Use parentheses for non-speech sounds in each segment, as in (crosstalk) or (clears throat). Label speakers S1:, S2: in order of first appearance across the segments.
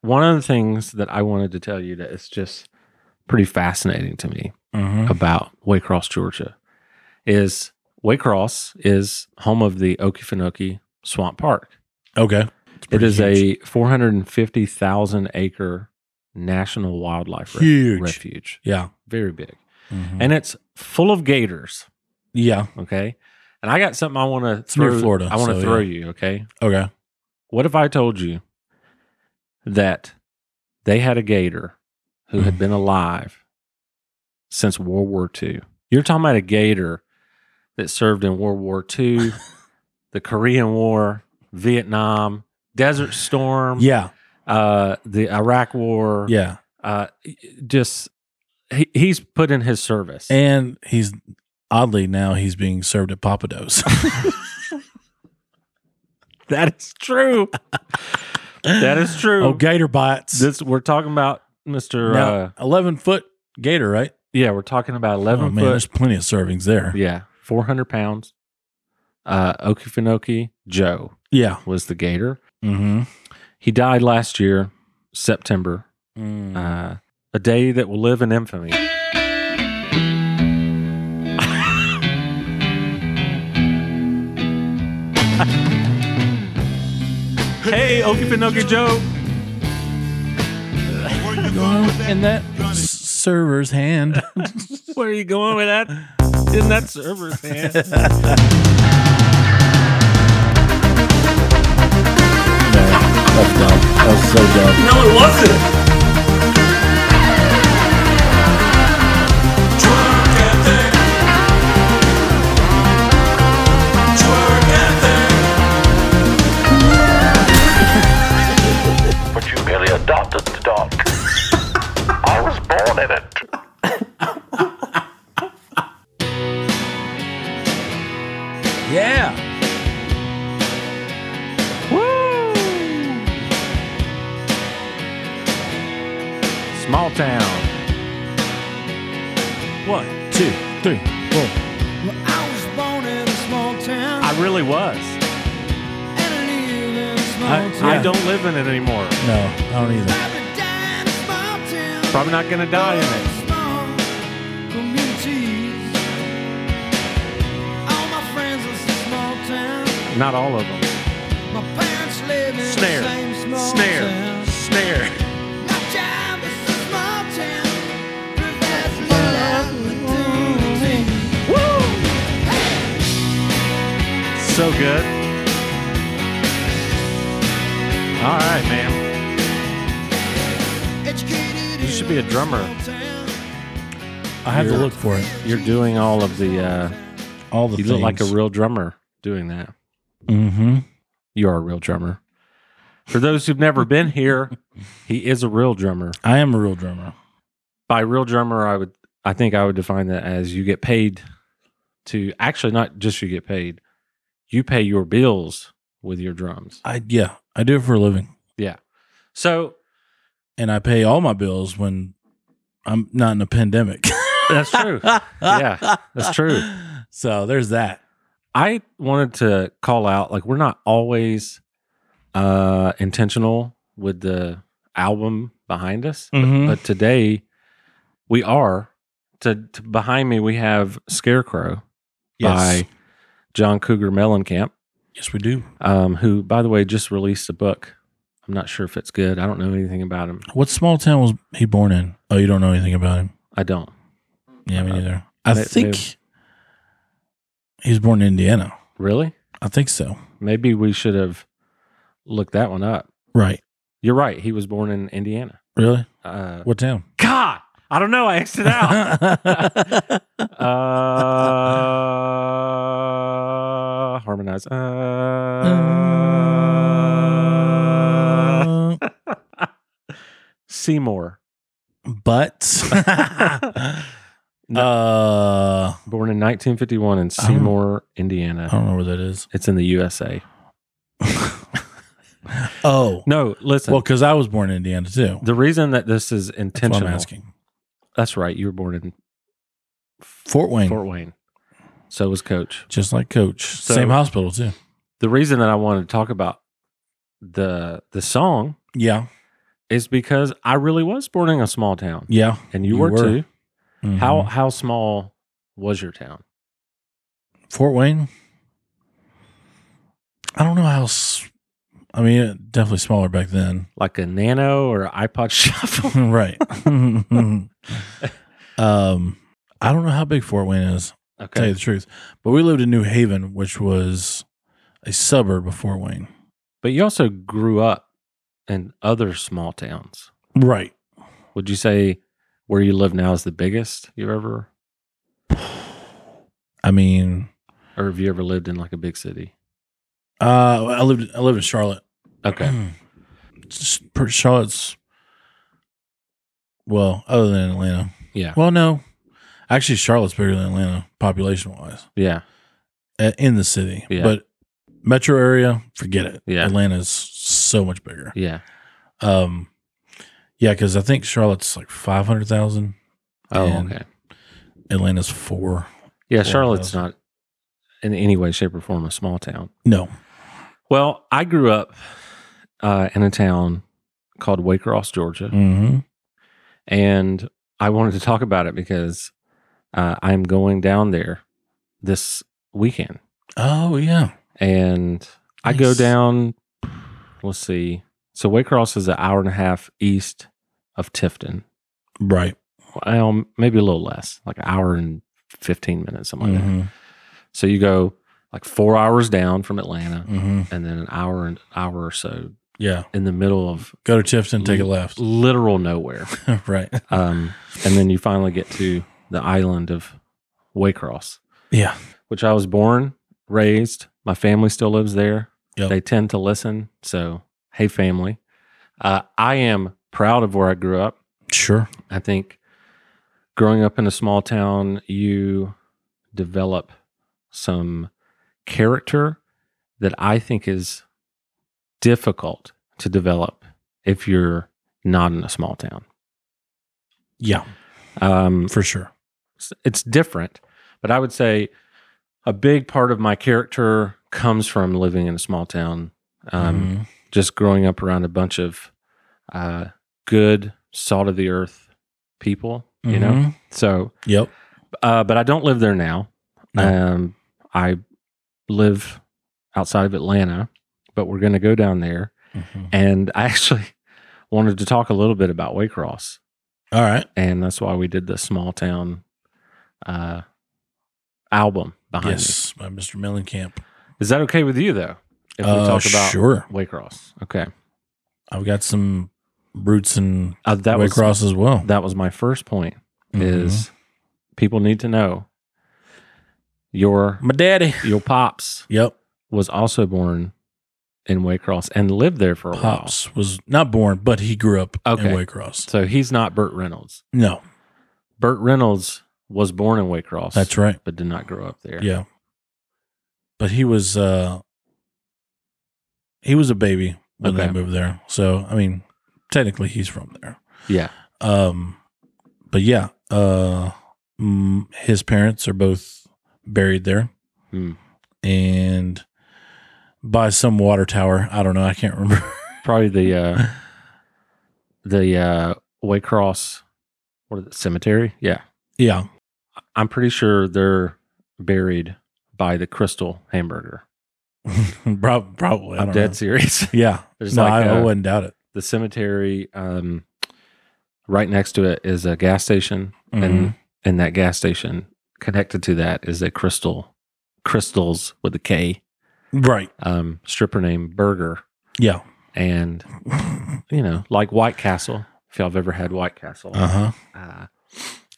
S1: one of the things that I wanted to tell you that is just pretty fascinating to me
S2: Mm-hmm.
S1: about Waycross, Georgia, is Waycross is home of the Okefenokee Swamp Park.
S2: Okay. It's
S1: It
S2: pretty
S1: is
S2: huge.
S1: a 450,000 acre national wildlife re-
S2: Huge.
S1: refuge.
S2: yeah.
S1: Very big.
S2: Mhm.
S1: And it's full of gators.
S2: yeah.
S1: Okay. And I got something I want to
S2: near
S1: throw.
S2: Florida,
S1: I want to
S2: so,
S1: throw
S2: yeah.
S1: you. Okay.
S2: Okay.
S1: What if I told you that they had a gator who had
S2: Mhm.
S1: been alive since World War II? You're talking about a gator that served in World War
S2: (laughs)
S1: II, the Korean War, Vietnam, Desert Storm,
S2: Yeah.
S1: uh, the Iraq War.
S2: Yeah.
S1: Uh, just he, he's put in his service.
S2: And he's oddly now he's being served at Papados.
S1: that is true. (laughs) that
S2: (laughs)
S1: is true.
S2: oh, gator bites.
S1: This we're talking about Mr.
S2: Now,
S1: uh,
S2: 11 foot gator, right?
S1: yeah, we're talking about eleven
S2: oh, man,
S1: foot.
S2: there's plenty of servings there.
S1: (laughs) Yeah, four hundred pounds. Uh, Okefenokee Joe
S2: Yeah.
S1: was the gator.
S2: Mm-hmm.
S1: He died last year, September, uh, a day that will live in infamy. hey, Okefenokee Joe.
S2: in that s- server's hand. (laughs)
S1: Where are you going with that? (laughs) In that server's hand.
S3: That's dumb. That's so dumb.
S1: No, it wasn't.
S4: but you merely adopted the dog. I was born in it.
S2: yeah.
S1: Small town.
S2: One, two, three, four.
S5: I was born in a small town
S1: I really was.
S5: and I live in a small
S1: I,
S5: town.
S1: I don't live in it anymore.
S2: No, I don't either.
S5: Papa died in a small town.
S1: Probably not gonna die in it.
S5: Small communities. All my friends live in small town.
S1: Not all of them.
S5: My parents live in
S1: Snare.
S5: the same small
S1: Snare.
S5: town.
S1: Snare.
S5: My job is a small town. but there's little opportunity.
S1: So good. All right, man.
S5: Educated
S1: You should be a drummer.
S5: in a small town.
S2: I have to
S1: You're-
S2: look for it.
S1: You're doing all of the. Uh,
S2: All the
S1: you look like a real drummer doing that.
S2: mm-hmm.
S1: You are a real drummer. For those who've never been here, he is a real drummer.
S2: I am a real drummer.
S1: By real drummer, I would I think I would define that as you get paid to actually not just you get paid, you pay your bills with your drums.
S2: I yeah, I do it for a living,
S1: So
S2: and I pay all my bills when I'm not in a pandemic. (laughs)
S1: that's true. yeah, that's true.
S2: So there's that.
S1: I wanted to call out like we're not always uh intentional with the album behind us.
S2: Mm-hmm.
S1: but today we are to, to behind me we have scarecrow
S2: Yes,
S1: by john cougar mellencamp
S2: yes, we do.
S1: um, who by the way just released a book i'm not sure if it's good i don't know anything about him
S2: What small town was he born in? Oh, you don't know anything about him.
S1: i don't
S2: Yeah, me
S1: Uh,
S2: neither. I
S1: may-
S2: think
S1: maybe-
S2: he was born in Indiana.
S1: really
S2: I think so.
S1: maybe we should have looked that one up
S2: Right?
S1: you're right he was born in indiana
S2: Really?
S1: uh,
S2: What town?
S1: (laughs) god i don't know i asked it (laughs) out
S2: (laughs)
S1: uh, harmonize uh, Seymour,
S2: but
S1: (laughs)
S2: uh,
S1: born in 1951
S2: Oh.
S1: in Seymour, Indiana.
S2: I don't know where that is. (laughs)
S1: It's in the USA.
S2: Oh,
S1: No, listen.
S2: well, because I was born in Indiana too.
S1: the reason that this is
S2: That's what I'm
S1: intentional. That's,
S2: asking.
S1: right. You were born in
S2: Fort Wayne,
S1: Fort Wayne. So was Coach.
S2: just like Coach,
S1: So-
S2: same hospital too.
S1: The reason that I wanted to talk about the the song
S2: Yeah,
S1: is because I really was born in a small town,
S2: Yeah.
S1: and you,
S2: You
S1: were,
S2: were.
S1: too.
S2: Mhm.
S1: How how small was your town?
S2: Fort Wayne? I don't know how. s- I mean, it- definitely smaller back then. (laughs)
S1: Like a nano or iPod (laughs) shuffle?
S2: right. (laughs) um, I don't know how big Fort Wayne is. Tell you
S1: Okay,
S2: the truth, but we lived in New Haven, which was a suburb of Fort Wayne.
S1: but you also grew up in other small towns.
S2: Right.
S1: Would you say where you live now is the biggest you've ever,
S2: I mean,
S1: or have you ever lived in like a big city?
S2: uh, I lived. I lived in Charlotte. (clears throat)
S1: Okay,
S2: S- per- Charlotte's. Well, other than Atlanta.
S1: yeah,
S2: Well, no, actually, Charlotte's bigger than Atlanta population wise
S1: yeah,
S2: in the city.
S1: Yeah.
S2: But metro area, forget it.
S1: Yeah.
S2: Atlanta's so much bigger.
S1: yeah.
S2: Um, yeah, because I think Charlotte's like five hundred thousand.
S1: Oh,
S2: And-
S1: okay,
S2: Atlanta's four.
S1: yeah.
S2: four
S1: Charlotte's
S2: thousand.
S1: not in any way, shape, or form a small town.
S2: No.
S1: Well, I grew up uh, in a town called Waycross, Georgia,
S2: Mm-hmm.
S1: and I wanted to talk about it because uh, I'm going down there this weekend,
S2: Oh yeah.
S1: and I go
S2: Nice.
S1: down. Let's see. So Waycross is an hour and a half east of Tifton.
S2: Right.
S1: Well, maybe a little less, like an hour and fifteen minutes, something like that.
S2: Mm-hmm.
S1: So you go like four hours down from
S2: (laughs)
S1: Atlanta,
S2: Mm-hmm.
S1: and then an hour and hour or so
S2: Yeah.
S1: in the middle of
S2: Go to Tifton, take a left. (laughs)
S1: literal nowhere.
S2: right.
S1: Um, and then you finally get to the island of Waycross,
S2: Yeah.
S1: which I was born, raised. My family still lives there.
S2: Yep.
S1: They tend to listen. So, hey, family. Uh, I am proud of where I grew up.
S2: Sure.
S1: I think growing up in a small town, you develop some character that I think is difficult to develop if you're not in a small town.
S2: Yeah.
S1: Um,
S2: For sure.
S1: it's- it's different, but I would say a big part of my character comes from living in a small town. Um,
S2: Mhm.
S1: Just growing up around a bunch of uh, good, salt of the earth people, you know.
S2: Mhm.
S1: So,
S2: Yep.
S1: uh, but I don't live there now.
S2: No.
S1: Um, I live outside of Atlanta, but we're going to go down there.
S2: Mhm.
S1: And I (laughs) actually wanted to talk a little bit about Waycross,
S2: All right.
S1: and that's why we did the small town uh, album behind me.
S2: Yes, by Mr. Mellencamp.
S1: Is that okay with you though? If we
S2: Uh,
S1: talk about
S2: sure.
S1: Waycross, okay.
S2: I've got some roots in
S1: Uh, that was
S2: Waycross as well.
S1: that was my first point.
S2: Mhm.
S1: Is people need to know your
S2: my daddy.
S1: your pops
S2: Yep.
S1: was also born in Waycross and lived there for a while.
S2: Pops was not born, but he grew up
S1: Okay.
S2: in Waycross.
S1: So he's not Burt Reynolds.
S2: No,
S1: Burt Reynolds was born in Waycross.
S2: that's right.
S1: But did not grow up there.
S2: Yeah. But he was uh he was a baby when
S1: Okay.
S2: they moved there. So I mean, technically he's from there.
S1: Yeah.
S2: Um but yeah, uh mm, his parents are both buried there.
S1: Hmm.
S2: And by some water tower, I don't know, I can't remember. (laughs)
S1: Probably the uh the uh Waycross what is it, cemetery? Yeah.
S2: yeah. (laughs)
S1: I'm pretty sure they're buried by the Crystal Hamburger.
S2: Prob- probably. I
S1: I'm
S2: don't
S1: dead
S2: know.
S1: serious. (laughs)
S2: Yeah.
S1: There's
S2: no,
S1: like
S2: I, I
S1: a-
S2: wouldn't doubt it.
S1: the cemetery, um right next to it is a gas station.
S2: Mhm.
S1: and and that gas station connected to that is a crystal crystals with a k
S2: right.
S1: um stripper name burger
S2: Yeah. (laughs)
S1: and you know like white castle if y'all have ever had white castle
S2: Uh-huh.
S1: uh,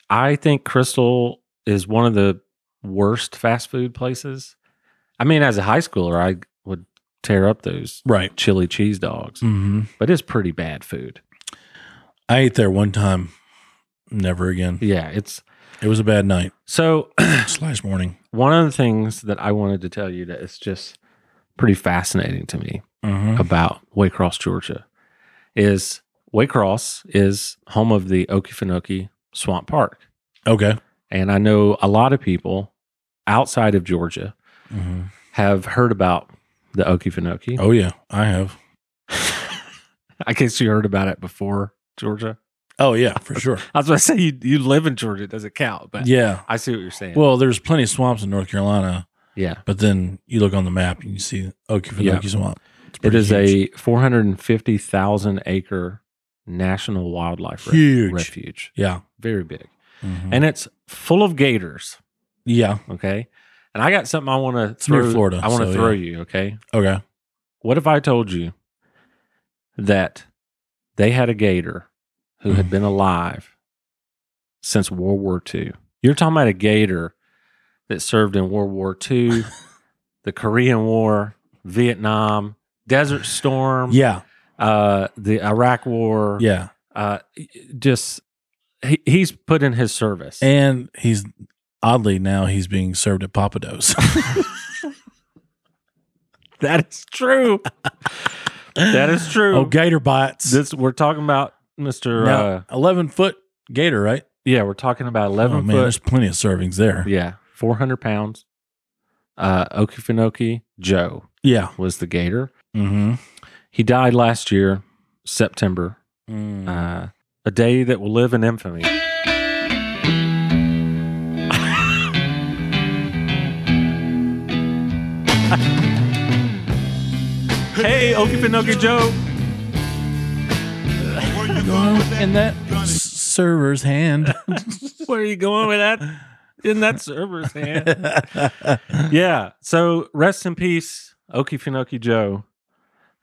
S1: i think crystal is one of the worst fast food places i mean as a high schooler i would tear up those
S2: Right.
S1: chili cheese dogs
S2: Mhm.
S1: but it's pretty bad food
S2: I ate there one time. Never again.
S1: yeah it's
S2: It was a
S1: (clears throat)
S2: bad night
S1: so
S2: slash morning.
S1: one of the things that I wanted to tell you that is just pretty fascinating to me
S2: Mm-hmm.
S1: about Waycross, Georgia, is Waycross is home of the Okefenokee Swamp Park,
S2: Okay.
S1: and I know a lot of people outside of Georgia Mm-hmm.
S2: hmm
S1: have heard about the Okefenokee.
S2: Oh yeah, I have.
S1: (laughs) I guess you heard about it before Georgia.
S2: Oh yeah, for
S1: (laughs)
S2: sure.
S1: I was going to say you, you live in Georgia. It doesn't count, but
S2: yeah.
S1: I see what you're saying.
S2: Well, there's plenty of swamps in North Carolina,
S1: yeah.
S2: but then you look on the map and you see Okeechobee
S1: Yeah.
S2: Swamp. It's
S1: It
S2: pretty
S1: is
S2: huge.
S1: a 450,000 acre national wildlife re-
S2: Huge.
S1: refuge.
S2: yeah,
S1: Very big.
S2: Mhm.
S1: And it's full of gators.
S2: yeah.
S1: Okay. And I got something I want to
S2: near
S1: throw.
S2: Florida,
S1: I want to
S2: so,
S1: throw
S2: yeah.
S1: you. Okay.
S2: Okay,
S1: What if I told you that they had a gator who had
S2: Mhm.
S1: been alive since World War II? You're talking about a gator that served in World War
S2: (laughs)
S1: II, the Korean War, Vietnam, Desert Storm,
S2: yeah,
S1: uh, the Iraq War.
S2: yeah.
S1: Uh, just he, he's put in his service.
S2: And he's oddly now he's being served at Papados.
S1: that is true. (laughs) that is true.
S2: oh, gator bites.
S1: This we're talking about Mr.
S2: Now,
S1: Uh,
S2: eleven foot gator, right?
S1: yeah, we're talking about eleven
S2: oh man,
S1: foot.
S2: there's plenty of servings there.
S1: (laughs) Yeah, four hundred pounds. Uh, Okefenokee Joe
S2: Yeah.
S1: was the gator.
S2: Mm-hmm.
S1: He died last year, September,
S2: Mm.
S1: uh, a day that will live in infamy. (laughs) hey, Okefenokee Joe.
S2: in that s- server's hand.
S1: Where are you going with that? In (laughs) that server's hand. yeah. So rest in peace, Okefenokee Joe,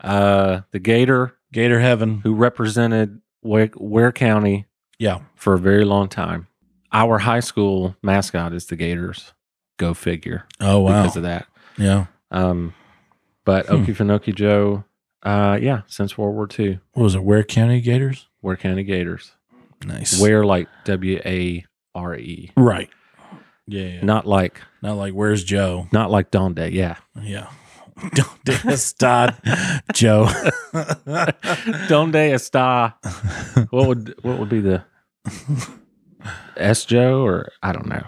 S1: uh, the Gator
S2: (laughs) gator heaven.
S1: who represented Ware, Ware County
S2: Yeah.
S1: for a very long time. Our high school mascot is the Gators. Go figure.
S2: Oh wow.
S1: Because of that.
S2: Yeah.
S1: Um, but
S2: Hmm.
S1: Okefenokee Joe, uh, yeah, since World War II,
S2: What was it? Ware County Gators.
S1: Ware County Gators.
S2: Nice.
S1: Ware like W A R E,
S2: Right. Yeah. yeah.
S1: not like
S2: Not like where's Joe?
S1: not like Donde.
S2: (laughs)
S1: Yeah,
S2: Yeah. Don't diss Todd. (laughs) Joe.
S1: Donde Está. What would what would be the S Joe or I don't know.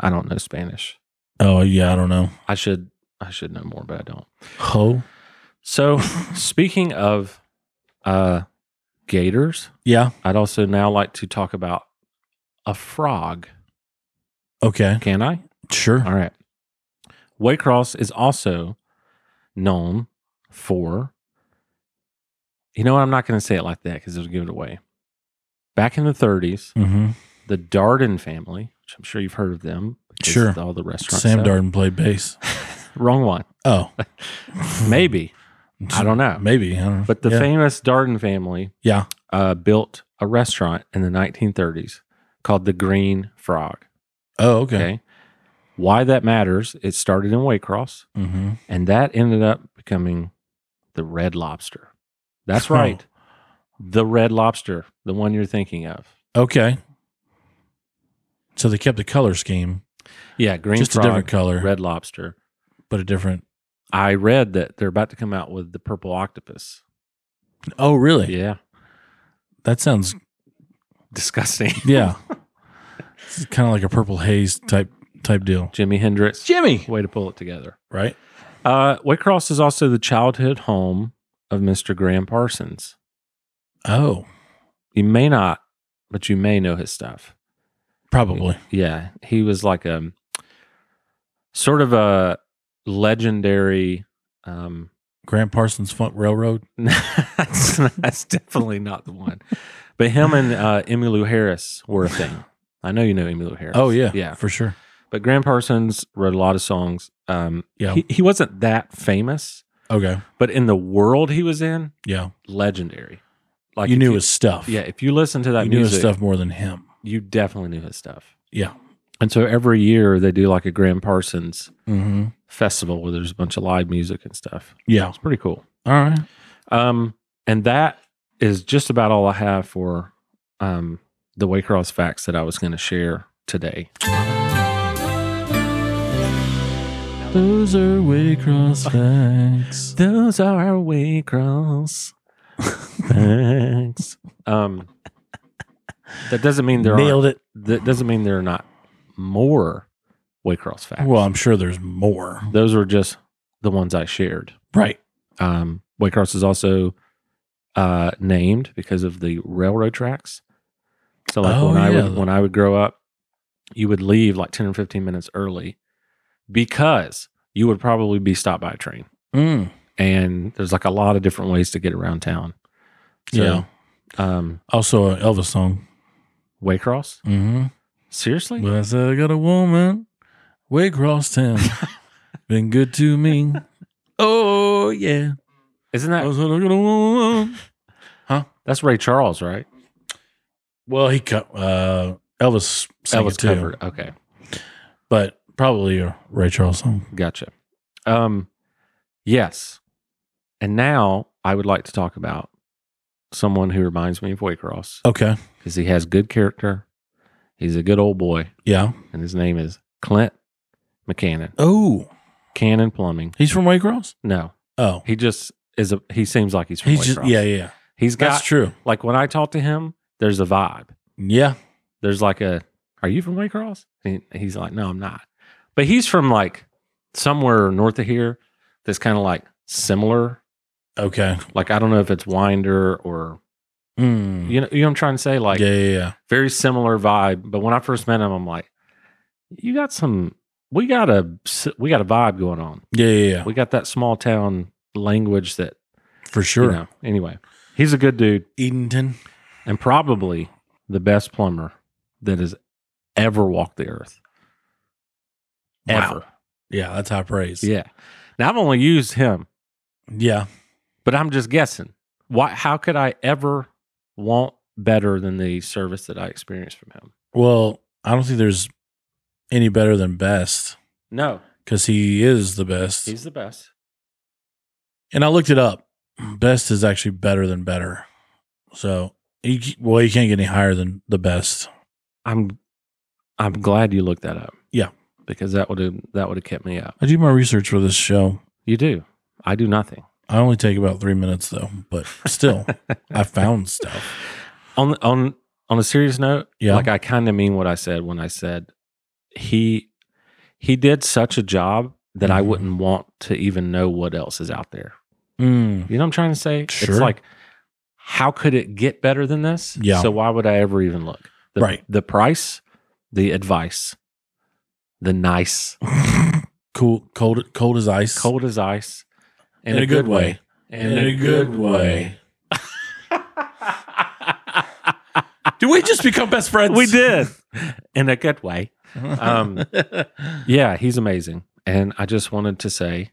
S1: I don't know Spanish.
S2: oh yeah, I don't know.
S1: I should I should know more, but I don't.
S2: Ho.
S1: So (laughs) speaking of uh gators,
S2: Yeah.
S1: I'd also now like to talk about a frog.
S2: Okay.
S1: Can I?
S2: Sure.
S1: All right. Waycross is also known for you know what I'm not gonna say it like that because it'll give it away. Back in the thirties,
S2: Mm-hmm.
S1: the Darden family, which I'm sure you've heard of them. because
S2: Sure.
S1: of All the restaurants.
S2: Sam
S1: stuff.
S2: Darden played bass.
S1: Wrong one.
S2: (laughs) Oh.
S1: Maybe. I don't know.
S2: Maybe. I don't know.
S1: But the
S2: yeah.
S1: famous Darden family
S2: Yeah.
S1: uh, built a restaurant in the 1930s called the Green Frog.
S2: Oh, okay.
S1: Okay. Why that matters, it started in Waycross
S2: Mm-hmm.
S1: and that ended up becoming the Red Lobster. That's
S2: Oh.
S1: right. The Red Lobster, the one you're thinking of.
S2: Okay. So they kept the color scheme,
S1: Yeah, Green
S2: just
S1: Frog,
S2: a different color,
S1: Red Lobster.
S2: but a different.
S1: I read that they're about to come out with the purple octopus.
S2: Oh, really? (laughs)
S1: Yeah.
S2: That sounds
S1: Disgusting. (laughs)
S2: yeah. it's kind of like a purple haze type type deal.
S1: Jimi Hendrix.
S2: Jimmy,
S1: Way to pull it together.
S2: right?
S1: Uh, Waycross is also the childhood home of Mr. Graham Parsons.
S2: Oh,
S1: You may not, but you may know his stuff.
S2: probably.
S1: Yeah. He was like a sort of a legendary. Um, (laughs)
S2: Grant Parsons Funk Railroad.
S1: that's, that's definitely not the one. But him and uh, Emmylou Harris were a thing. I know you know Emmylou Harris.
S2: Oh yeah,
S1: Yeah.
S2: for sure.
S1: But Graham Parsons wrote a lot of songs. Um,
S2: Yeah.
S1: he, he wasn't that famous,
S2: Okay,
S1: but in the world he was in,
S2: yeah.
S1: legendary. Like
S2: you
S1: if
S2: knew his stuff.
S1: yeah. If you listen to that
S2: you knew
S1: music,
S2: his stuff more than him.
S1: you definitely knew his stuff.
S2: Yeah.
S1: And so every year they do like a Graham Parsons
S2: Mm-hmm.
S1: festival where there's a bunch of live music and stuff.
S2: Yeah.
S1: It's pretty cool.
S2: All right.
S1: Um, and that is just about all I have for um, the Waycross facts that I was going to share today.
S2: Those are (laughs) Waycross facts.
S1: Those are our (laughs) Waycross facts. Um, that doesn't mean there
S2: Nailed
S1: are.
S2: it.
S1: That doesn't mean there are not more Waycross facts.
S2: Well, I'm sure there's more.
S1: those were just the ones I shared.
S2: Right.
S1: Um, Waycross is also uh, named because of the railroad tracks. So like
S2: Oh,
S1: when I
S2: yeah.
S1: would when I would grow up, you would leave like ten or fifteen minutes early because you would probably be stopped by a train.
S2: Mm.
S1: And there's like a lot of different ways to get around town. So,
S2: Yeah.
S1: Um,
S2: Also, an Elvis song.
S1: Waycross.
S2: Mm-hmm.
S1: Seriously?
S2: Well, I said I got a woman way across
S1: (laughs)
S2: town, been good to me. Oh yeah.
S1: Isn't
S2: I
S1: that
S2: said I got a woman.
S1: that's Ray Charles, right?
S2: Well, he cut uh, Elvis. sang
S1: That was
S2: it too,
S1: covered. Okay.
S2: but probably a Ray Charles song.
S1: Gotcha. Um, yes. And now I would like to talk about someone who reminds me of Waycross
S2: Okay.
S1: because he has good character. He's a good old boy,
S2: Yeah.
S1: and his name is Clint McCannon.
S2: Oh,
S1: Cannon Plumbing.
S2: he's from Waycross.
S1: No,
S2: Oh,
S1: he just is a. He seems like he's from
S2: he's just
S1: Waycross.
S2: yeah, yeah.
S1: He's got
S2: That's true.
S1: like when I talk to him, there's a vibe.
S2: Yeah.
S1: There's like a, are you from Waycross? And he's like, no, I'm not. But he's from like somewhere north of here. That's kind of like similar
S2: Okay.
S1: like I don't know if it's Winder or
S2: Mm.
S1: you know you know what I'm trying to say like
S2: yeah, yeah, yeah.
S1: very similar vibe. But when I first met him, I'm like, you got some we got a we got a vibe going on.
S2: Yeah, yeah, yeah.
S1: We got that small town language that
S2: For sure.
S1: you know. Anyway, he's a good dude
S2: Edenton.
S1: and probably the best plumber that has ever walked the earth.
S2: Wow.
S1: Ever,
S2: Yeah, that's high praise.
S1: yeah. Now I've only used him,
S2: Yeah.
S1: but I'm just guessing. Why? How could I ever want better than the service that I experienced from him?
S2: Well, I don't think there's any better than best
S1: No,
S2: because he is the best.
S1: he's the best.
S2: and I looked it up. Best is actually better than better. So, you, c- well, you can't get any higher than the best.
S1: I'm I'm glad you looked that up.
S2: Yeah.
S1: Because that would have that would have kept me up.
S2: I do my research for this show.
S1: You do. I do nothing.
S2: I only take about three minutes though, but
S1: (laughs)
S2: still, (laughs) I found stuff.
S1: On on on a serious note,
S2: Yeah.
S1: like I kind of mean what I said when I said he he did such a job that I
S2: Mhm.
S1: wouldn't want to even know what else is out there.
S2: Mm.
S1: You know what I'm trying to say?
S2: Sure.
S1: It's like how could it get better than this?
S2: Yeah.
S1: So why would I ever even look? The,
S2: Right.
S1: The price, the advice, the nice
S2: cool, cold, cold as ice.
S1: cold as ice
S2: in, a good way.
S1: And
S2: Do (laughs) we just become best friends?
S1: we
S2: (laughs)
S1: did (laughs) in a good way. Um, yeah, he's amazing. And I just wanted to say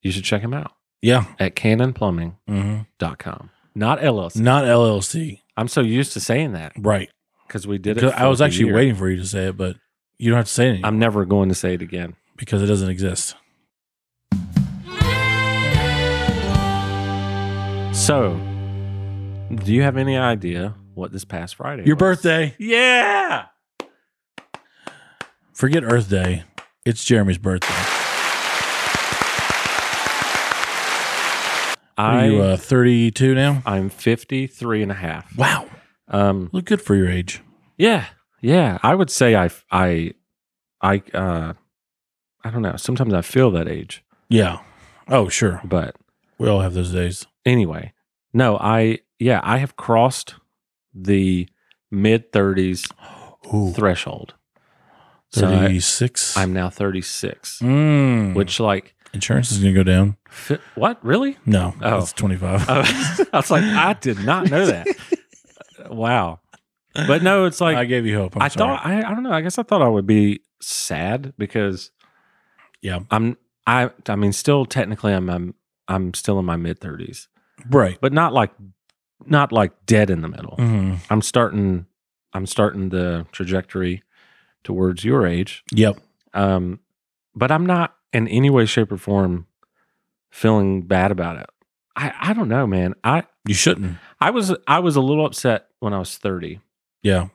S1: you should check him out
S2: yeah.
S1: at canonplumbing.com.
S2: hmm
S1: Not LLC.
S2: Not LLC.
S1: I'm so used to saying that
S2: Right.
S1: because we did it.
S2: 'Cause
S1: for
S2: I was
S1: the
S2: actually
S1: year.
S2: waiting for you to say it, but you don't have to say anything
S1: I'm never going to say it again.
S2: because it doesn't exist.
S1: So, do you have any idea what this past Friday?
S2: Your
S1: was?
S2: birthday.
S1: Yeah.
S2: Forget Earth Day. It's Jeremy's birthday. What
S1: I,
S2: Are you uh, 32 now?
S1: I'm 53 and a half.
S2: Wow.
S1: Um,
S2: Look good for your age.
S1: Yeah, yeah. I would say I, I, I, uh, I don't know. Sometimes I feel that age,
S2: Yeah. Oh, sure.
S1: but
S2: We all have those days.
S1: anyway, no. I yeah, I have crossed the mid thirties
S2: Ooh,
S1: threshold. So I,
S2: 36.
S1: I'm now thirty six,
S2: Mm.
S1: which like
S2: insurance is going to go down?
S1: fi- what
S2: (laughs)
S1: really?
S2: No,
S1: (laughs) Oh.
S2: it's 25. (laughs)
S1: Uh, I was like, I did not know that. wow, but no, it's like
S2: I gave you hope. I'm
S1: i
S2: sorry.
S1: thought I, I don't know. I guess I thought I would be sad because
S2: Yeah.
S1: I'm I I mean still technically I'm I'm, I'm still in my mid 30s,
S2: right.
S1: but not like not like dead in the middle.
S2: hmm
S1: I'm starting I'm starting the trajectory towards your age.
S2: Yep.
S1: Um but I'm not in any way shape or form feeling bad about it. I I don't know, man. I
S2: You shouldn't.
S1: I was I was a little upset when I was 30
S2: Yeah.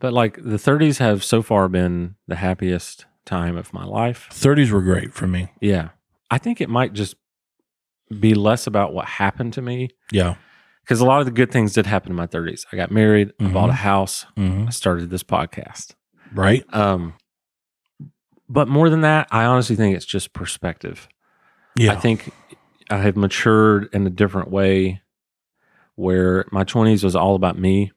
S1: But like the 30s have so far been the happiest time of my life.
S2: 30s were great for me.
S1: Yeah. I think it might just be less about what happened to me
S2: Yeah.
S1: because a lot of the good things did happen in my 30s. I got married, I bought a
S2: Mhm.
S1: house,
S2: hmm
S1: I started this podcast.
S2: Right.
S1: Um, but more than that, I honestly think it's just perspective.
S2: Yeah.
S1: I think I have matured in a different way where my 20s was all about me.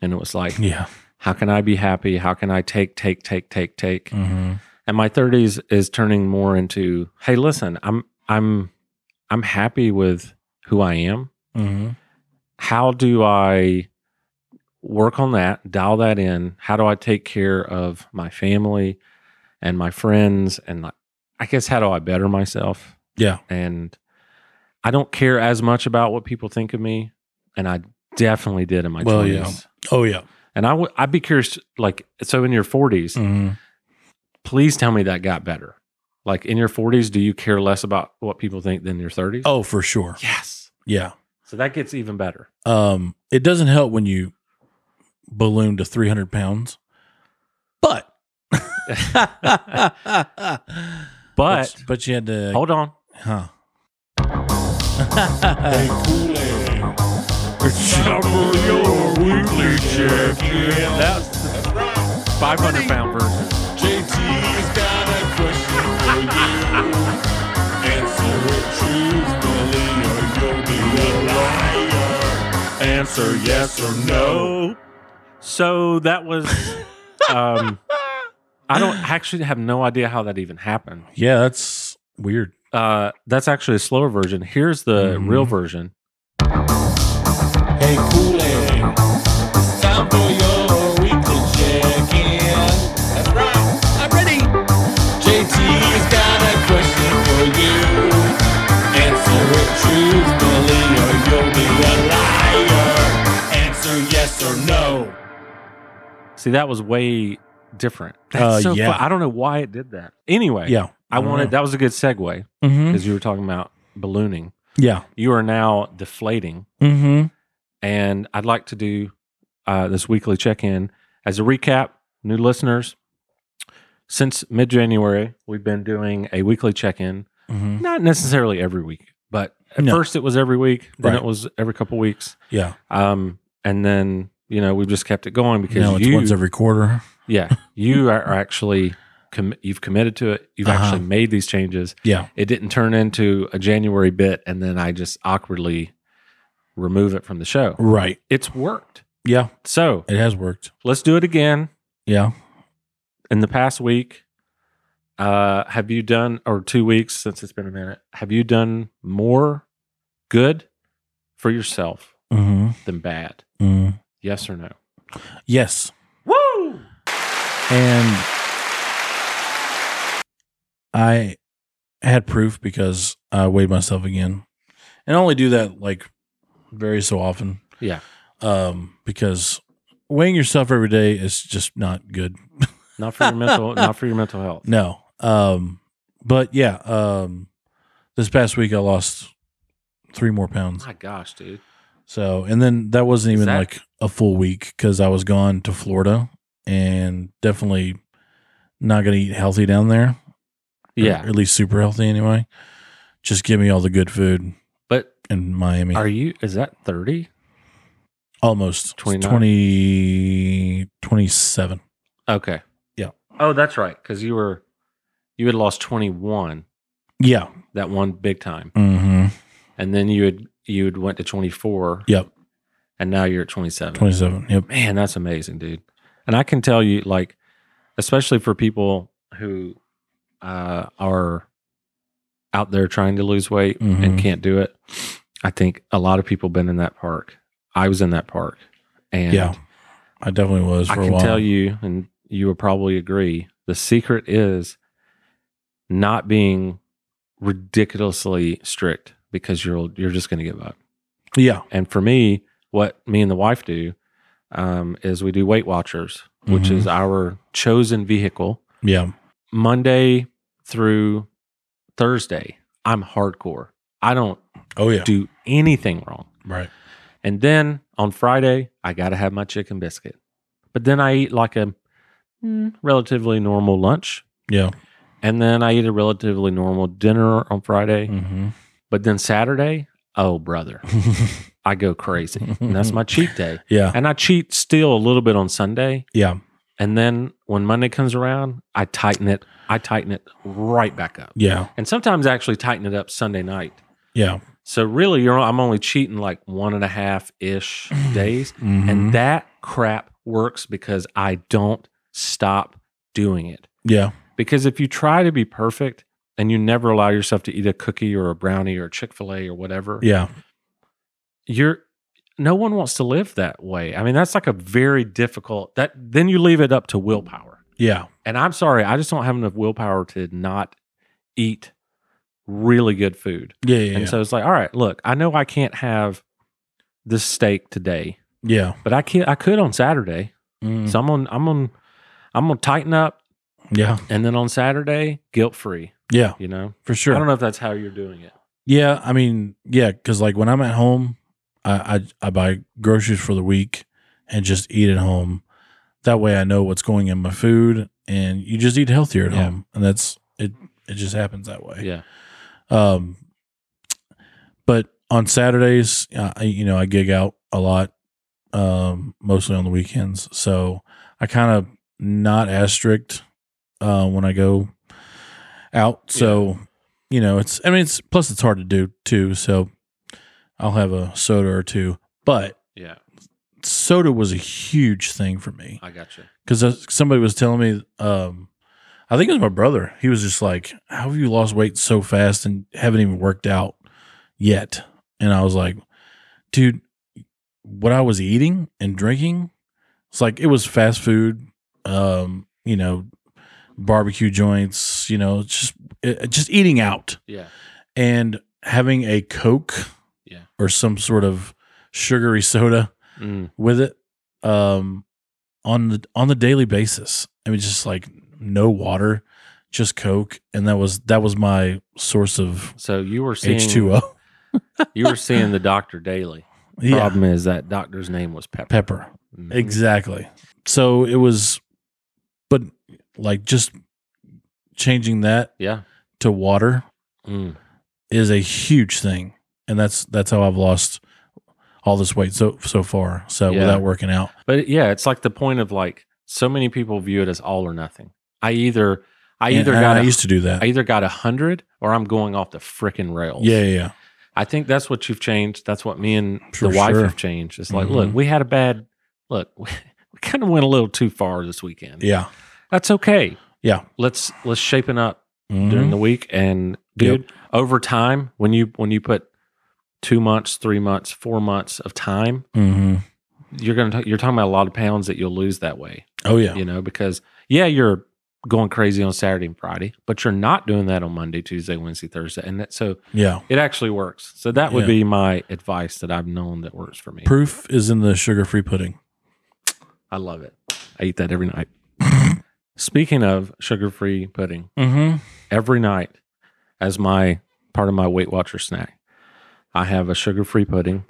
S1: And it was like,
S2: Yeah.
S1: how can I be happy? How can I take, take, take, take, take?
S2: hmm
S1: And my 30s is turning more into, hey, listen, I'm, I'm, I'm happy with who I am.
S2: hmm
S1: How do I work on that, dial that in? How do I take care of my family and my friends? And like, I guess, how do I better myself?
S2: Yeah.
S1: And I don't care as much about what people think of me. And I definitely did in my
S2: Well,
S1: 20s.
S2: yeah. Oh yeah.
S1: And I w- I'd be curious, like, so in your 40s,
S2: hmm
S1: please tell me that got better. Like in your 40s, do you care less about what people think than your 30s?
S2: Oh, for sure.
S1: yes.
S2: Yeah.
S1: So that gets even (laughs) better.
S2: Um, it doesn't help when you balloon to three hundred pounds,
S1: (laughs)
S2: but but
S1: But
S2: but you had to
S1: hold on.
S2: huh?
S1: That's the 500 pound version.
S6: JT's got a question for you. Answer it truthfully or you'll be a liar. Answer yes or no.
S1: So that was, um, I don't actually have no idea how that even happened.
S2: Yeah, that's weird.
S1: Uh, that's actually a slower version. Here's the
S2: Mhm.
S1: real version.
S6: Hey, Kool-Aid. It's time for your weekly check-in. That's right. I'm ready. JT's got a question for you. Answer it truthfully or you'll be a liar. Answer yes or no.
S1: See, that was way different.
S2: Uh,
S1: That's so
S2: yeah.
S1: fun. I don't know why it did that. Anyway,
S2: Yeah.
S1: I,
S2: don't
S1: wanted
S2: know.
S1: that was a good segue
S2: Mm-hmm.
S1: because you were talking about ballooning.
S2: Yeah.
S1: You are now deflating,
S2: Mm-hmm.
S1: and I'd like to do uh, this weekly check-in as a recap. New listeners, since mid-January, we've been doing a weekly check-in.
S2: Mm-hmm.
S1: Not necessarily every week, but at
S2: No.
S1: first it was every week. Then
S2: Right.
S1: it was every couple weeks,
S2: Yeah.
S1: um, and then you know we've just kept it going because
S2: Now it's
S1: you
S2: once every quarter.
S1: Yeah, you are are actually com- you've committed to it. You've
S2: Uh-huh.
S1: actually made these changes.
S2: Yeah.
S1: It didn't turn into a January bit, and then I just awkwardly remove it from the show.
S2: Right.
S1: It's worked.
S2: Yeah.
S1: So
S2: It has worked.
S1: let's do it again.
S2: Yeah.
S1: In the past week, uh, have you done or two weeks since it's been a minute? Have you done more good for yourself
S2: Mm-hmm.
S1: than bad?
S2: Mm.
S1: Yes or no?
S2: Yes.
S1: Woo!
S2: And I had proof because I weighed myself again. And I only do that like very so often.
S1: Yeah.
S2: Um, because weighing yourself every day is just not good.
S1: Not for your
S2: (laughs)
S1: mental. Not for your mental health.
S2: No. Um, but yeah, um this past week I lost three more pounds.
S1: My gosh, dude.
S2: So, and then that wasn't
S1: Is
S2: even
S1: that-
S2: like a full week because I was gone to Florida and definitely not going to eat healthy down there. Or
S1: Yeah.
S2: at least super healthy anyway. Just give me all the good food
S1: But
S2: in Miami.
S1: Are you? Is that thirty?
S2: Almost
S1: 29?
S2: 20, 27.
S1: Okay.
S2: Yeah.
S1: Oh, that's right. Because you were, you had lost twenty one
S2: Yeah.
S1: that one big time,
S2: Mm-hmm.
S1: and then you had you had went to twenty four.
S2: Yep.
S1: And now you're at twenty seven.
S2: 27. Yep.
S1: Man, that's amazing, dude. And I can tell you, like, especially for people who uh, are out there trying to lose weight and
S2: Mhm.
S1: can't do it, I think a lot of people been in that park. I was in that park, and
S2: Yeah. I definitely was for
S1: I
S2: a
S1: can
S2: while.
S1: tell you, and you will probably agree, the secret is not being ridiculously strict because you're you're just going to give up.
S2: Yeah.
S1: And for me, what me and the wife do um, is we do Weight Watchers, which
S2: Mhm.
S1: is our chosen vehicle.
S2: Yeah.
S1: Monday through Thursday, I'm hardcore. I don't
S2: Oh, yeah.
S1: do anything wrong. (laughs)
S2: Right.
S1: And then on Friday, I got to have my chicken biscuit. But then I eat like a mm, relatively normal lunch.
S2: Yeah.
S1: And then I eat a relatively normal dinner on Friday.
S2: Mm-hmm. (laughs)
S1: But then Saturday, oh, brother, I go crazy. and that's my cheat
S2: (laughs)
S1: day.
S2: yeah.
S1: And I cheat still a little bit on Sunday.
S2: Yeah.
S1: And then when Monday comes around, I tighten it. I tighten it right back up.
S2: Yeah.
S1: And sometimes I actually tighten it up Sunday night
S2: Yeah.
S1: So really, you're I'm only cheating like one and a half
S2: (clears throat)
S1: ish days,
S2: Mhm.
S1: and that crap works because I don't stop doing it.
S2: yeah.
S1: Because if you try to be perfect and you never allow yourself to eat a cookie or a brownie or Chick fil A or whatever,
S2: Yeah.
S1: you're no one wants to live that way. I mean, that's like a very difficult that then you leave it up to willpower.
S2: Yeah.
S1: And I'm sorry, I just don't have enough willpower to not eat really good food.
S2: Yeah. Yeah.
S1: And so it's like, all right, look, I know I can't have this steak today,
S2: yeah.
S1: but I can I could on Saturday.
S2: Mm.
S1: So I'm on I'm on I'm gonna tighten up
S2: yeah.
S1: and then on Saturday, guilt free,
S2: Yeah.
S1: you know?
S2: For sure.
S1: I don't know if that's how you're doing it.
S2: Yeah, I mean, yeah, because like when I'm at home, I, I I buy groceries for the week and just eat at home. That way, I know what's going in my food, and you just eat healthier at
S1: Yeah.
S2: home, and that's it. It just happens that way.
S1: Yeah.
S2: Um, but on Saturdays, uh, I, you know, I gig out a lot, um, mostly on the weekends. So I kind of not as strict uh, when I go out. So you know, it's I mean, it's plus it's hard to do too. So I'll have a soda or two, but
S1: Yeah.
S2: soda was a huge thing for me
S1: I got you.
S2: because somebody was telling me, um, I think it was my brother. He was just like, "How have you lost weight so fast and haven't even worked out yet?" And I was like, "Dude, what I was eating and drinking, it's like it was fast food, um, you know, barbecue joints, you know, just it, just eating out
S1: Yeah.
S2: and having a Coke,
S1: Yeah.
S2: or some sort of sugary soda."
S1: Mm.
S2: with it um on the on the daily basis i mean just like no water just coke and that was that was my source of
S1: So you were seeing
S2: h2o
S1: (laughs) you were seeing the doctor daily.
S2: (laughs) yeah
S1: Problem is that doctor's name was Pepper.
S2: pepper
S1: Mhm.
S2: exactly so it was but like just changing that
S1: Yeah.
S2: to water
S1: Mm.
S2: is a huge thing and that's that's how i've lost all this weight so so far so
S1: Yeah.
S2: without working out
S1: But yeah, it's like the point of like so many people view it as all or nothing. I either I
S2: And-
S1: either
S2: and
S1: got
S2: i
S1: a-
S2: used to do that
S1: I either got a hundred or I'm going off the freaking rails.
S2: yeah yeah, yeah
S1: I think that's what you've changed. That's what me and
S2: For
S1: the wife
S2: sure. Mm-hmm.
S1: have changed. It's like, look, we had a bad look. (laughs) We, kind of went a little too far this weekend.
S2: yeah
S1: That's okay.
S2: Yeah.
S1: Let's let's shaping up
S2: Mhm.
S1: during the week and dude over time when you when you put two months three months four months of time
S2: Mhm.
S1: you're gonna t- you're talking about a lot of pounds that you'll lose that way
S2: oh yeah
S1: you know because yeah you're going crazy on saturday and friday but you're not doing that on monday tuesday wednesday thursday and that, so
S2: Yeah.
S1: it actually works so that would
S2: Yeah.
S1: be my advice that i've known that works for me
S2: Proof is in the sugar free pudding.
S1: i love it i eat that every
S2: (laughs)
S1: night speaking of sugar-free pudding
S2: Mm-hmm.
S1: every night as my part of my Weight Watcher snack. I have a sugar free pudding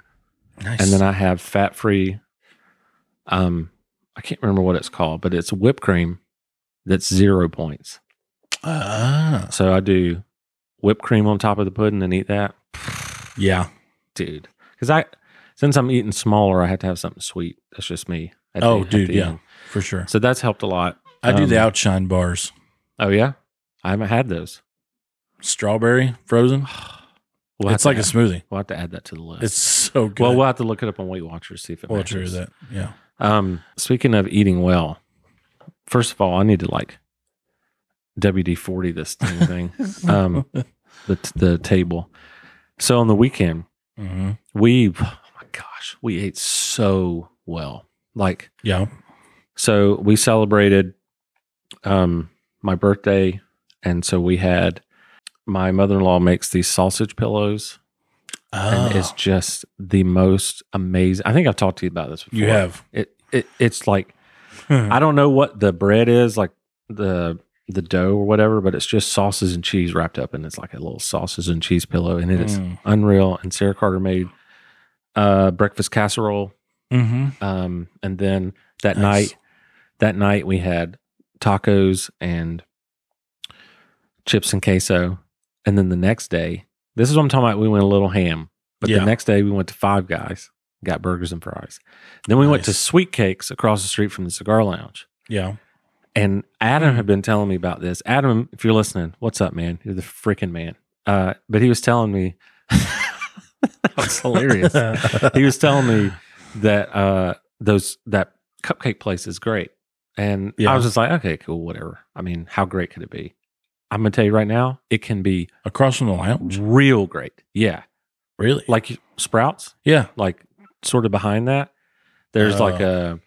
S2: Nice.
S1: and then I have fat free. Um, I can't remember what it's called, but it's whipped cream that's zero points.
S2: ah.
S1: So I do whipped cream on top of the pudding and eat that,
S2: Yeah.
S1: dude. Because I, since I'm eating smaller, I have to have something sweet. That's just me. at the-
S2: Oh,
S1: at
S2: dude,
S1: the
S2: yeah.
S1: end.
S2: For sure.
S1: So that's helped a lot.
S2: I do the
S1: Um,
S2: outshine bars.
S1: Oh yeah, I haven't had those.
S2: Strawberry frozen.
S1: Oh, We'll have
S2: it's
S1: to
S2: like a
S1: add-
S2: smoothie.
S1: we'll have to add that to the list.
S2: It's so good.
S1: well, we'll have to look it up on Weight Watchers see if it
S2: Well,
S1: matches.
S2: true that. Yeah.
S1: Um, speaking of eating well, first of all, I need to like WD forty
S2: (laughs)
S1: this thing thing, (laughs) um, the the table. So on the weekend,
S2: Mm-hmm.
S1: we oh my gosh, we ate so well. Like
S2: Yeah.
S1: so, we celebrated um my birthday, and so we had my mother in law makes these sausage pillows, and it's
S2: Ah,
S1: just the most amazing. I think I've talked to you about this. before.
S2: you have.
S1: It, it it's like (laughs) I don't know what the bread is, like the the dough or whatever, but it's just sausage and cheese wrapped up and it's like a little sausage and cheese pillow and it is
S2: Mm.
S1: unreal. And Sarah Carter made uh breakfast casserole.
S2: Mm-hmm.
S1: Um and then that
S2: Nice.
S1: night that night we had tacos and chips and queso. And then the next day, this is what I'm talking about. We went a little ham. But
S2: Yeah.
S1: the next day we went to Five Guys, got burgers and fries. Then we went to
S2: Nice.
S1: Sweet Cakes across the street from the cigar lounge. (laughs)
S2: Yeah.
S1: And Adam
S2: Mm.
S1: had been telling me (laughs) about this. Adam, if you're listening, what's up, man? You're the freaking man. Uh, but he was telling me That's
S2: (laughs)
S1: hilarious. he was telling me that uh those that cupcake place is great. And
S2: Yeah.
S1: I was just like, okay, cool, whatever. I mean, how great could it be? I'm gonna tell you right now, it can be
S2: Across from the lounge?
S1: real great. Yeah.
S2: Really?
S1: Like sprouts,
S2: yeah.
S1: like sort of behind that. There's like a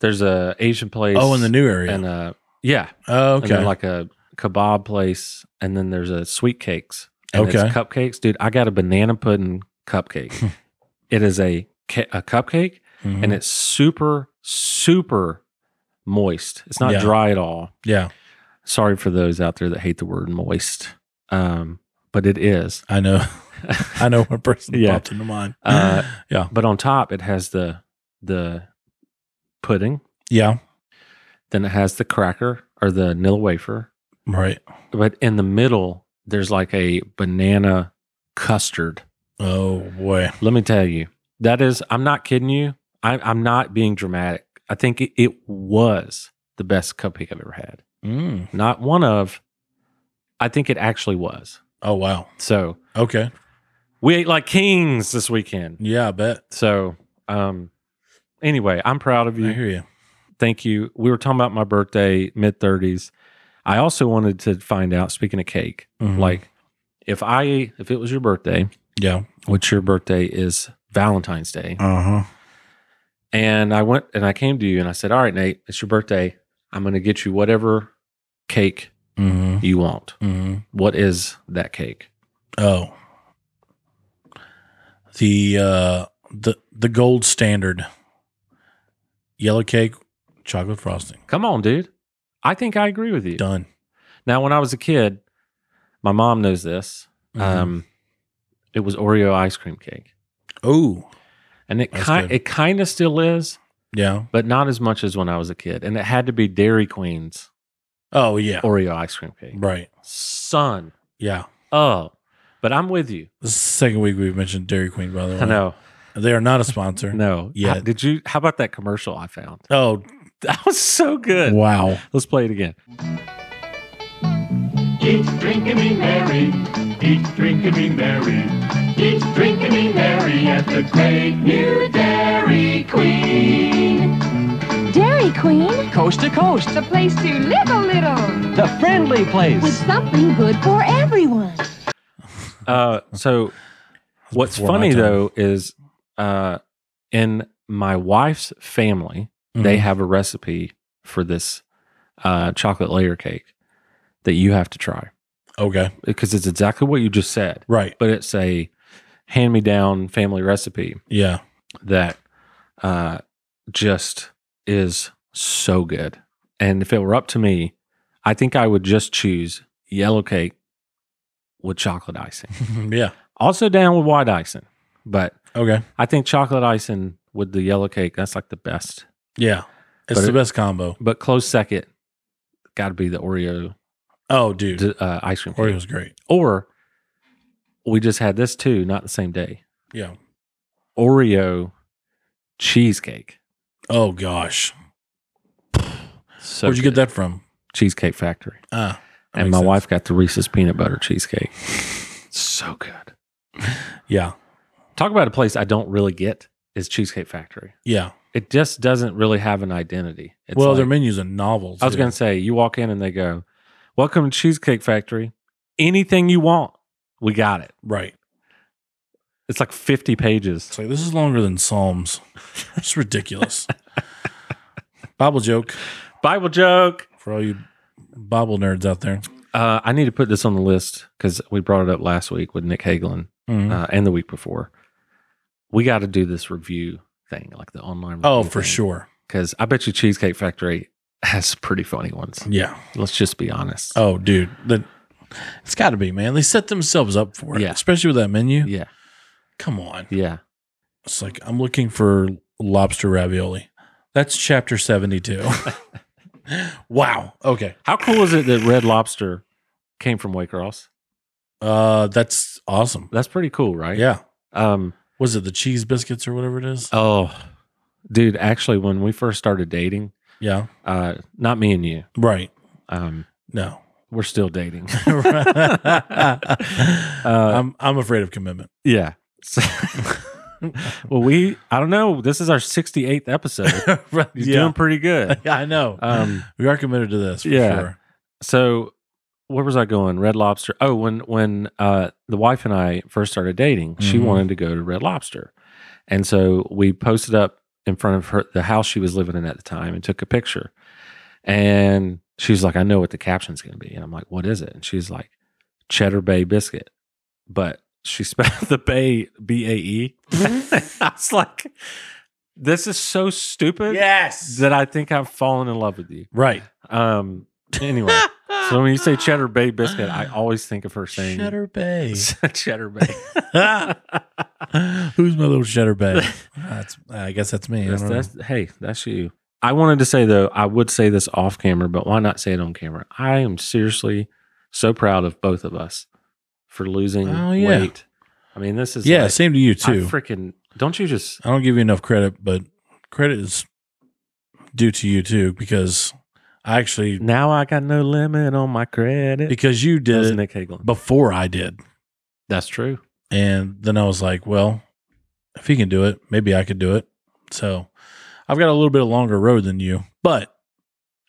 S1: there's a Asian place.
S2: Oh, in the new area.
S1: and uh yeah.
S2: oh,
S1: And
S2: okay.
S1: then like a kebab place, and then there's a sweet cakes. And
S2: Okay.
S1: It's cupcakes, dude. I got a banana pudding
S2: (laughs)
S1: cupcake. it is a ca- a cupcake,
S2: Mhm.
S1: and it's super super moist. It's not
S2: Yeah.
S1: dry at all.
S2: yeah,
S1: Sorry for those out there that hate the word moist, um, but it
S2: (laughs)
S1: is.
S2: I know. I know one person
S1: Yeah.
S2: popped into mind.
S1: Uh,
S2: yeah.
S1: But on top, it has the the pudding.
S2: (gasps) Yeah.
S1: Then it has the cracker or the nil wafer.
S2: Right.
S1: but in the middle there's like a banana custard
S2: Oh, boy.
S1: let me tell you that is i'm not kidding you I, i'm not being dramatic i think it, it was the best cupcake i've ever had
S2: Mm.
S1: not one of i think it actually was
S2: Oh, wow.
S1: so
S2: Okay.
S1: we ate like kings this weekend
S2: Yeah, I bet.
S1: so um anyway i'm proud of
S2: I
S1: you
S2: hear you.
S1: thank you we were talking about my birthday mid 30s i also wanted to find out speaking of cake
S2: Mhm.
S1: like if i if it was your birthday
S2: yeah.
S1: which your birthday is Valentine's Day.
S2: Uh huh.
S1: And I went and I came to you and I said, All right, Nate, it's your birthday. I'm going to get you whatever cake
S2: Mm
S1: you want.
S2: hmm. Mm hmm.
S1: What is that cake?
S2: Oh. The uh the the gold standard. Yellow cake, chocolate frosting.
S1: Come on, dude. I think I agree with you.
S2: Done.
S1: Now, when I was a kid, my mom knows this.
S2: Mm-hmm.
S1: Um, it was Oreo ice cream cake.
S2: oh.
S1: And it
S2: That's
S1: kind
S2: good.
S1: it kind of still is,
S2: Yeah.
S1: but not as much as when I was a kid. And it had to be Dairy Queen's
S2: Oh yeah.
S1: Oreo ice cream cake.
S2: right.
S1: Son.
S2: Yeah.
S1: Oh. But I'm with you.
S2: This is the second week we've mentioned Dairy Queen, by the way.
S1: I know.
S2: They are not a
S1: (laughs)
S2: sponsor.
S1: No.
S2: Yeah.
S1: How- did you? How about that commercial I found? (laughs)
S2: Oh
S1: That was so good.
S2: wow.
S1: Let's play it again.
S7: Keep drinking me merry, keep drinking me merry, keep drinking me merry at the great new Dairy Queen.
S8: Dairy Queen,
S9: coast to coast,
S8: the place to live a little
S9: the friendly place.
S8: with something good for everyone.
S1: Uh, so, what's
S2: before my
S1: funny
S2: time.
S1: though is uh, in my wife's family, they
S2: Mhm.
S1: have a recipe for this uh, chocolate layer cake that you have to try
S2: Mm-hmm. Okay.
S1: because it's exactly what you just said,
S2: Right.
S1: but it's a hand me down family recipe
S2: Yeah. (laughs)
S1: that uh, just is so good. And if it were up to me, I think I would just choose yellow cake with chocolate icing.
S2: yeah.
S1: also down with white icing, but
S2: Okay.
S1: I think chocolate icing with the yellow cake that's like the best.
S2: Yeah. It's
S1: But
S2: the
S1: it-
S2: best combo.
S1: But close second, got to be the Oreo
S2: Oh dude.
S1: uh, ice cream. cake.
S2: Oreo's great.
S1: Or we just had this too, not the same day.
S2: Yeah.
S1: Oreo cheesecake.
S2: Oh gosh.
S1: So
S2: Where'd you get that from?
S1: Cheesecake Factory.
S2: Ah. that
S1: and
S2: makes
S1: my
S2: sense.
S1: wife got the Reese's peanut butter cheesecake. so good.
S2: Yeah.
S1: Talk about a place I don't really get is Cheesecake Factory.
S2: Yeah.
S1: It just doesn't really have an identity. It's
S2: well,
S1: like-
S2: their menu's a novel.
S1: I was
S2: too.
S1: going to say, you walk in and they go, "Welcome to Cheesecake Factory. Anything you want, we got it."
S2: right.
S1: It's like fifty
S2: It's
S1: pages.
S2: like this is longer
S1: (laughs)
S2: than Psalms. It's ridiculous. Bible joke
S1: Bible joke.
S2: for all you Bible nerds out there.
S1: Uh, I need to put this on the list because we brought it up last week with Nick Hagelin
S2: Mhm.
S1: uh, and the week before. We got to do this review thing, like the online.
S2: oh,
S1: review
S2: for
S1: thing.
S2: sure.
S1: because I bet you Cheesecake Factory has pretty funny ones.
S2: Yeah.
S1: Let's just be honest.
S2: Oh, dude. The, it's got to be, man. They set themselves up for it,
S1: Yeah.
S2: especially with that menu.
S1: yeah,
S2: Come on.
S1: yeah.
S2: It's like, I'm looking for lobster ravioli. That's chapter 72.
S1: (laughs)
S2: wow. Okay.
S1: How cool is it that Red Lobster came from Waycross?
S2: Uh, that's awesome.
S1: That's pretty cool, right?
S2: Yeah.
S1: Um.
S2: Was it the cheese biscuits or whatever it is?
S1: Oh, dude. Actually, when we first started dating,
S2: Yeah.
S1: uh, not me and you.
S2: Right.
S1: Um, (laughs)
S2: No.
S1: We're still
S2: (laughs)
S1: dating. (laughs) Uh,
S2: I'm I'm afraid
S1: (laughs)
S2: of commitment.
S1: yeah. So- well, we, I don't know. This is our 68th episode.
S2: Right,
S1: You're
S2: yeah.
S1: doing pretty good.
S2: yeah, (laughs) I know.
S1: Um,
S2: we are committed to this. For
S1: yeah.
S2: Sure.
S1: so where was I going? Red Lobster. Oh, when when uh, the wife and I first started dating, she
S2: Mhm.
S1: wanted to go to Red Lobster, and so we posted up in front of her the house she was living in at the time and took a picture. And she's like, "I know what the caption's going to be," and I'm like, "What is it?" And she's like, "Cheddar Bay biscuit," but she (laughs) spelled the Bay B A E. (laughs) I was like, "This is so stupid."
S2: Yes.
S1: That I think I've fallen in love with you.
S2: Right.
S1: Um.
S2: (laughs)
S1: Anyway, so when you say Cheddar Bay biscuit, I always think of her saying (laughs)
S2: Cheddar Bay. (laughs)
S1: Cheddar Bay.
S2: Who's my little
S1: (laughs)
S2: Cheddar Bay? that's, I guess that's me. I
S1: that's,
S2: don't know.
S1: that's- hey, that's you. I wanted to say though, I would say this off camera, but why not say it on camera? I am seriously so proud of both of us for losing
S2: Oh, yeah.
S1: weight. I mean, this is
S2: yeah,
S1: like,
S2: same to you
S1: I
S2: too.
S1: freaking don't you just
S2: I don't give you enough credit, but credit is due to you too because I actually
S1: now I got no limit on my credit.
S2: because you
S1: That was
S2: did it
S1: Nick Hagelin.
S2: before I did,
S1: That's true.
S2: and then I was like, well, if he can do it, maybe I could do it. So I've got a little bit longer road than you, but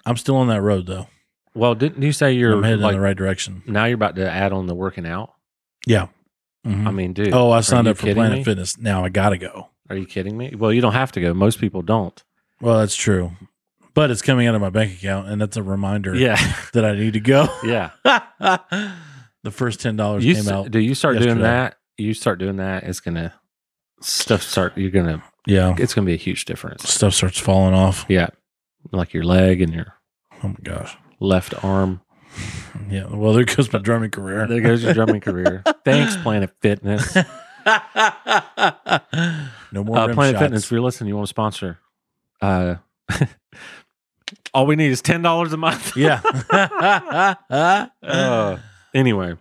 S2: I'm still on that road though.
S1: Well, didn't you say you're
S2: I'm headed
S1: like
S2: in the right direction.
S1: now you're about to add on the working out?
S2: Mhm.
S1: I mean, dude.
S2: oh, I
S1: are
S2: signed
S1: you
S2: up for
S1: kidding
S2: Planet
S1: me?
S2: Fitness. Now I gotta go.
S1: Are you kidding me? Well, you don't have to go. Most people don't.
S2: Well, that's true, but it's coming out of my bank account, and that's a reminder
S1: Yeah,
S2: that I need to go. (laughs)
S1: (laughs) yeah.
S2: the first ten dollars
S1: You
S2: came
S1: s-
S2: out.
S1: do you start doing
S2: yesterday.
S1: that? You start doing that, it's gonna stuff start. You're gonna.
S2: Yeah,
S1: It's gonna be a huge difference.
S2: stuff starts falling off.
S1: Yeah, like your leg and your
S2: Oh my gosh.
S1: left arm.
S2: Yeah. Well, there (laughs) goes my drumming career.
S1: There goes your drumming career. Thanks, Planet (laughs) Fitness.
S2: no more
S1: Uh,
S2: rim
S1: Planet
S2: shots.
S1: Fitness, if you're listening, you want to sponsor. Uh, (laughs) all we need is ten dollars a month.
S2: Yeah.
S1: (laughs) Uh, anyway,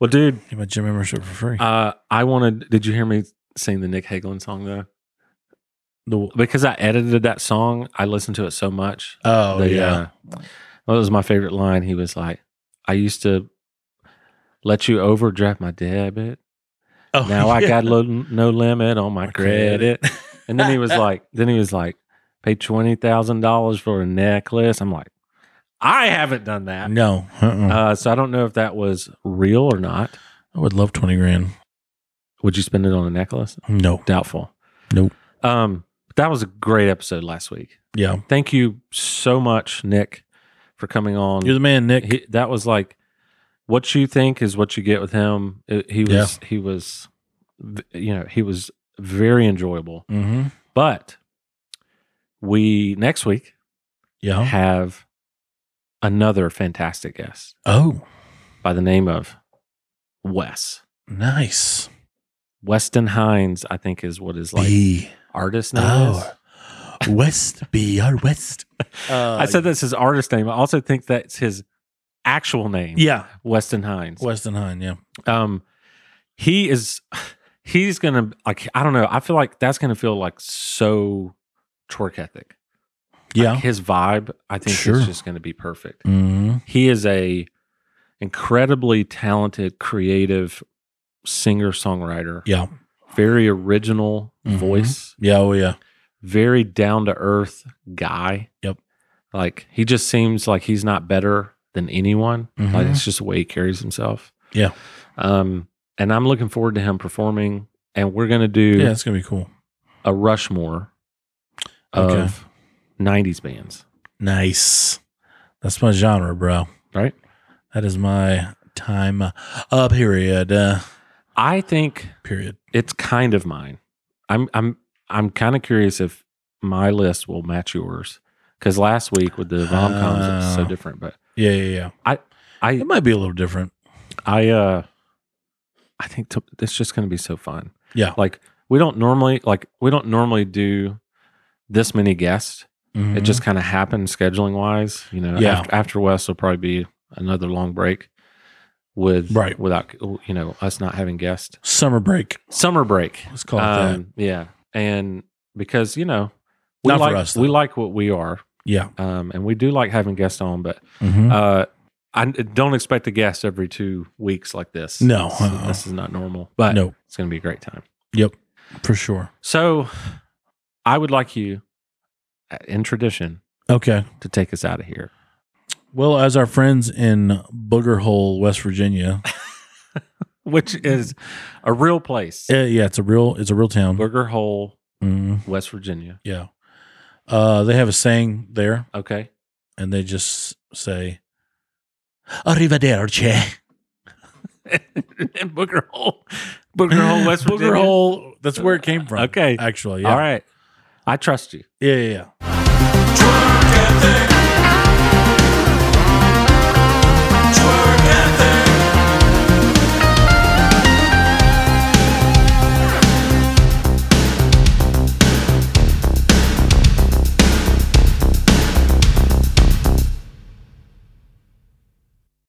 S1: well, dude,
S2: Get my gym membership for free.
S1: Uh, I wanted. Did you hear me sing the Nick Hagelin song though?
S2: The-
S1: Because I edited that song, I listened to it so much.
S2: oh
S1: The,
S2: yeah.
S1: uh, well, it was my favorite line. He was like, "I used to let you overdraft my debit.
S2: oh, (laughs)
S1: Now I
S2: yeah.
S1: got lo- no limit on my
S2: My
S1: credit."
S2: credit.
S1: and then he
S2: (laughs)
S1: was like, "Then he was like, pay twenty thousand dollars for a necklace." I'm like, "I haven't done that."
S2: No. Uh-uh.
S1: Uh, so I don't know if that was real or not.
S2: I would love twenty grand.
S1: Would you spend it on a necklace?
S2: No.
S1: Doubtful.
S2: Nope.
S1: Um, that was a great episode last week.
S2: Yeah.
S1: Thank you so much, Nick, for coming on.
S2: You're the man, Nick.
S1: He- that was like what you think is what you get with him. It- he was he was v- you know, he was very enjoyable.
S2: mm-hmm.
S1: But we next week
S2: Yeah.
S1: have another fantastic guest
S2: Oh,
S1: by the name of Wes.
S2: nice.
S1: Weston Hines, I think, is what his like
S2: B.
S1: artist name is.
S2: Oh. West. B. R.
S1: (laughs)
S2: West. Uh,
S1: I said that's his artist name. I also think that's his actual name,
S2: Yeah.
S1: Weston Hines.
S2: Weston Hine. Yeah.
S1: Um, he is, he's gonna like. I don't know. I feel like that's gonna feel like so twerk ethic.
S2: Yeah.
S1: His vibe, I think,
S2: Sure.
S1: is just gonna be perfect.
S2: Mm-hmm.
S1: He is a incredibly talented, creative singer songwriter.
S2: Yeah.
S1: Very original
S2: Mhm.
S1: voice.
S2: Yeah. Oh, yeah.
S1: very down to earth guy.
S2: Yep.
S1: Like he just seems like he's not better than anyone. Like
S2: Mhm.
S1: it's just the way he carries himself.
S2: Yeah.
S1: Um, and I'm looking forward to him performing. And we're gonna do
S2: Yeah. It's gonna be cool.
S1: a Rushmore of
S2: Okay.
S1: '90s bands.
S2: Nice. That's my genre, bro.
S1: Right.
S2: That is my time. Uh, period. Uh,
S1: I think
S2: period.
S1: it's kind of mine. I'm I'm I'm kind of curious if my list will match yours because last week with the rom coms it was so
S2: Oh.
S1: different. But
S2: Yeah. Yeah. Yeah.
S1: I
S2: It might be a little different.
S1: I uh I think to, it's just going to be so fun.
S2: Yeah.
S1: Like we don't normally like we don't normally do this many guests. It
S2: Mhm.
S1: just kind of happened scheduling wise, you know.
S2: Yeah.
S1: After, after West will probably be another long break with
S2: Right.
S1: without you know us not having guests.
S2: summer break.
S1: Summer break.
S2: Let's call it that.
S1: Um, yeah. And because you know we
S2: Not for
S1: like
S2: us,
S1: we
S2: though.
S1: like what we are
S2: Yeah.
S1: um and we do like having guests on but
S2: Mhm.
S1: uh, I don't expect a guest every two weeks like this.
S2: No,
S1: This,
S2: uh-uh.
S1: this is not normal, but
S2: No.
S1: it's going to be a great time.
S2: Yep, for sure.
S1: So I would like you, uh, in tradition,
S2: Okay.
S1: to take us out of here.
S2: Well, as our friends in Booger Hole,
S1: (laughs)
S2: West Virginia,
S1: which is a real place.
S2: eh, yeah, it's a real it's a real town.
S1: Burger Hole,
S2: Mhm.
S1: West Virginia.
S2: Yeah. Uh, they have a saying there,
S1: Okay. (laughs)
S2: and they just say, "Arrivederci."
S1: and Booger Hole, Booger Hole, West Virginia.
S2: Booger Hole. That's where it came from.
S1: Okay.
S2: Actually, yeah.
S1: All right. I trust you.
S2: Yeah, yeah, yeah.
S6: Together.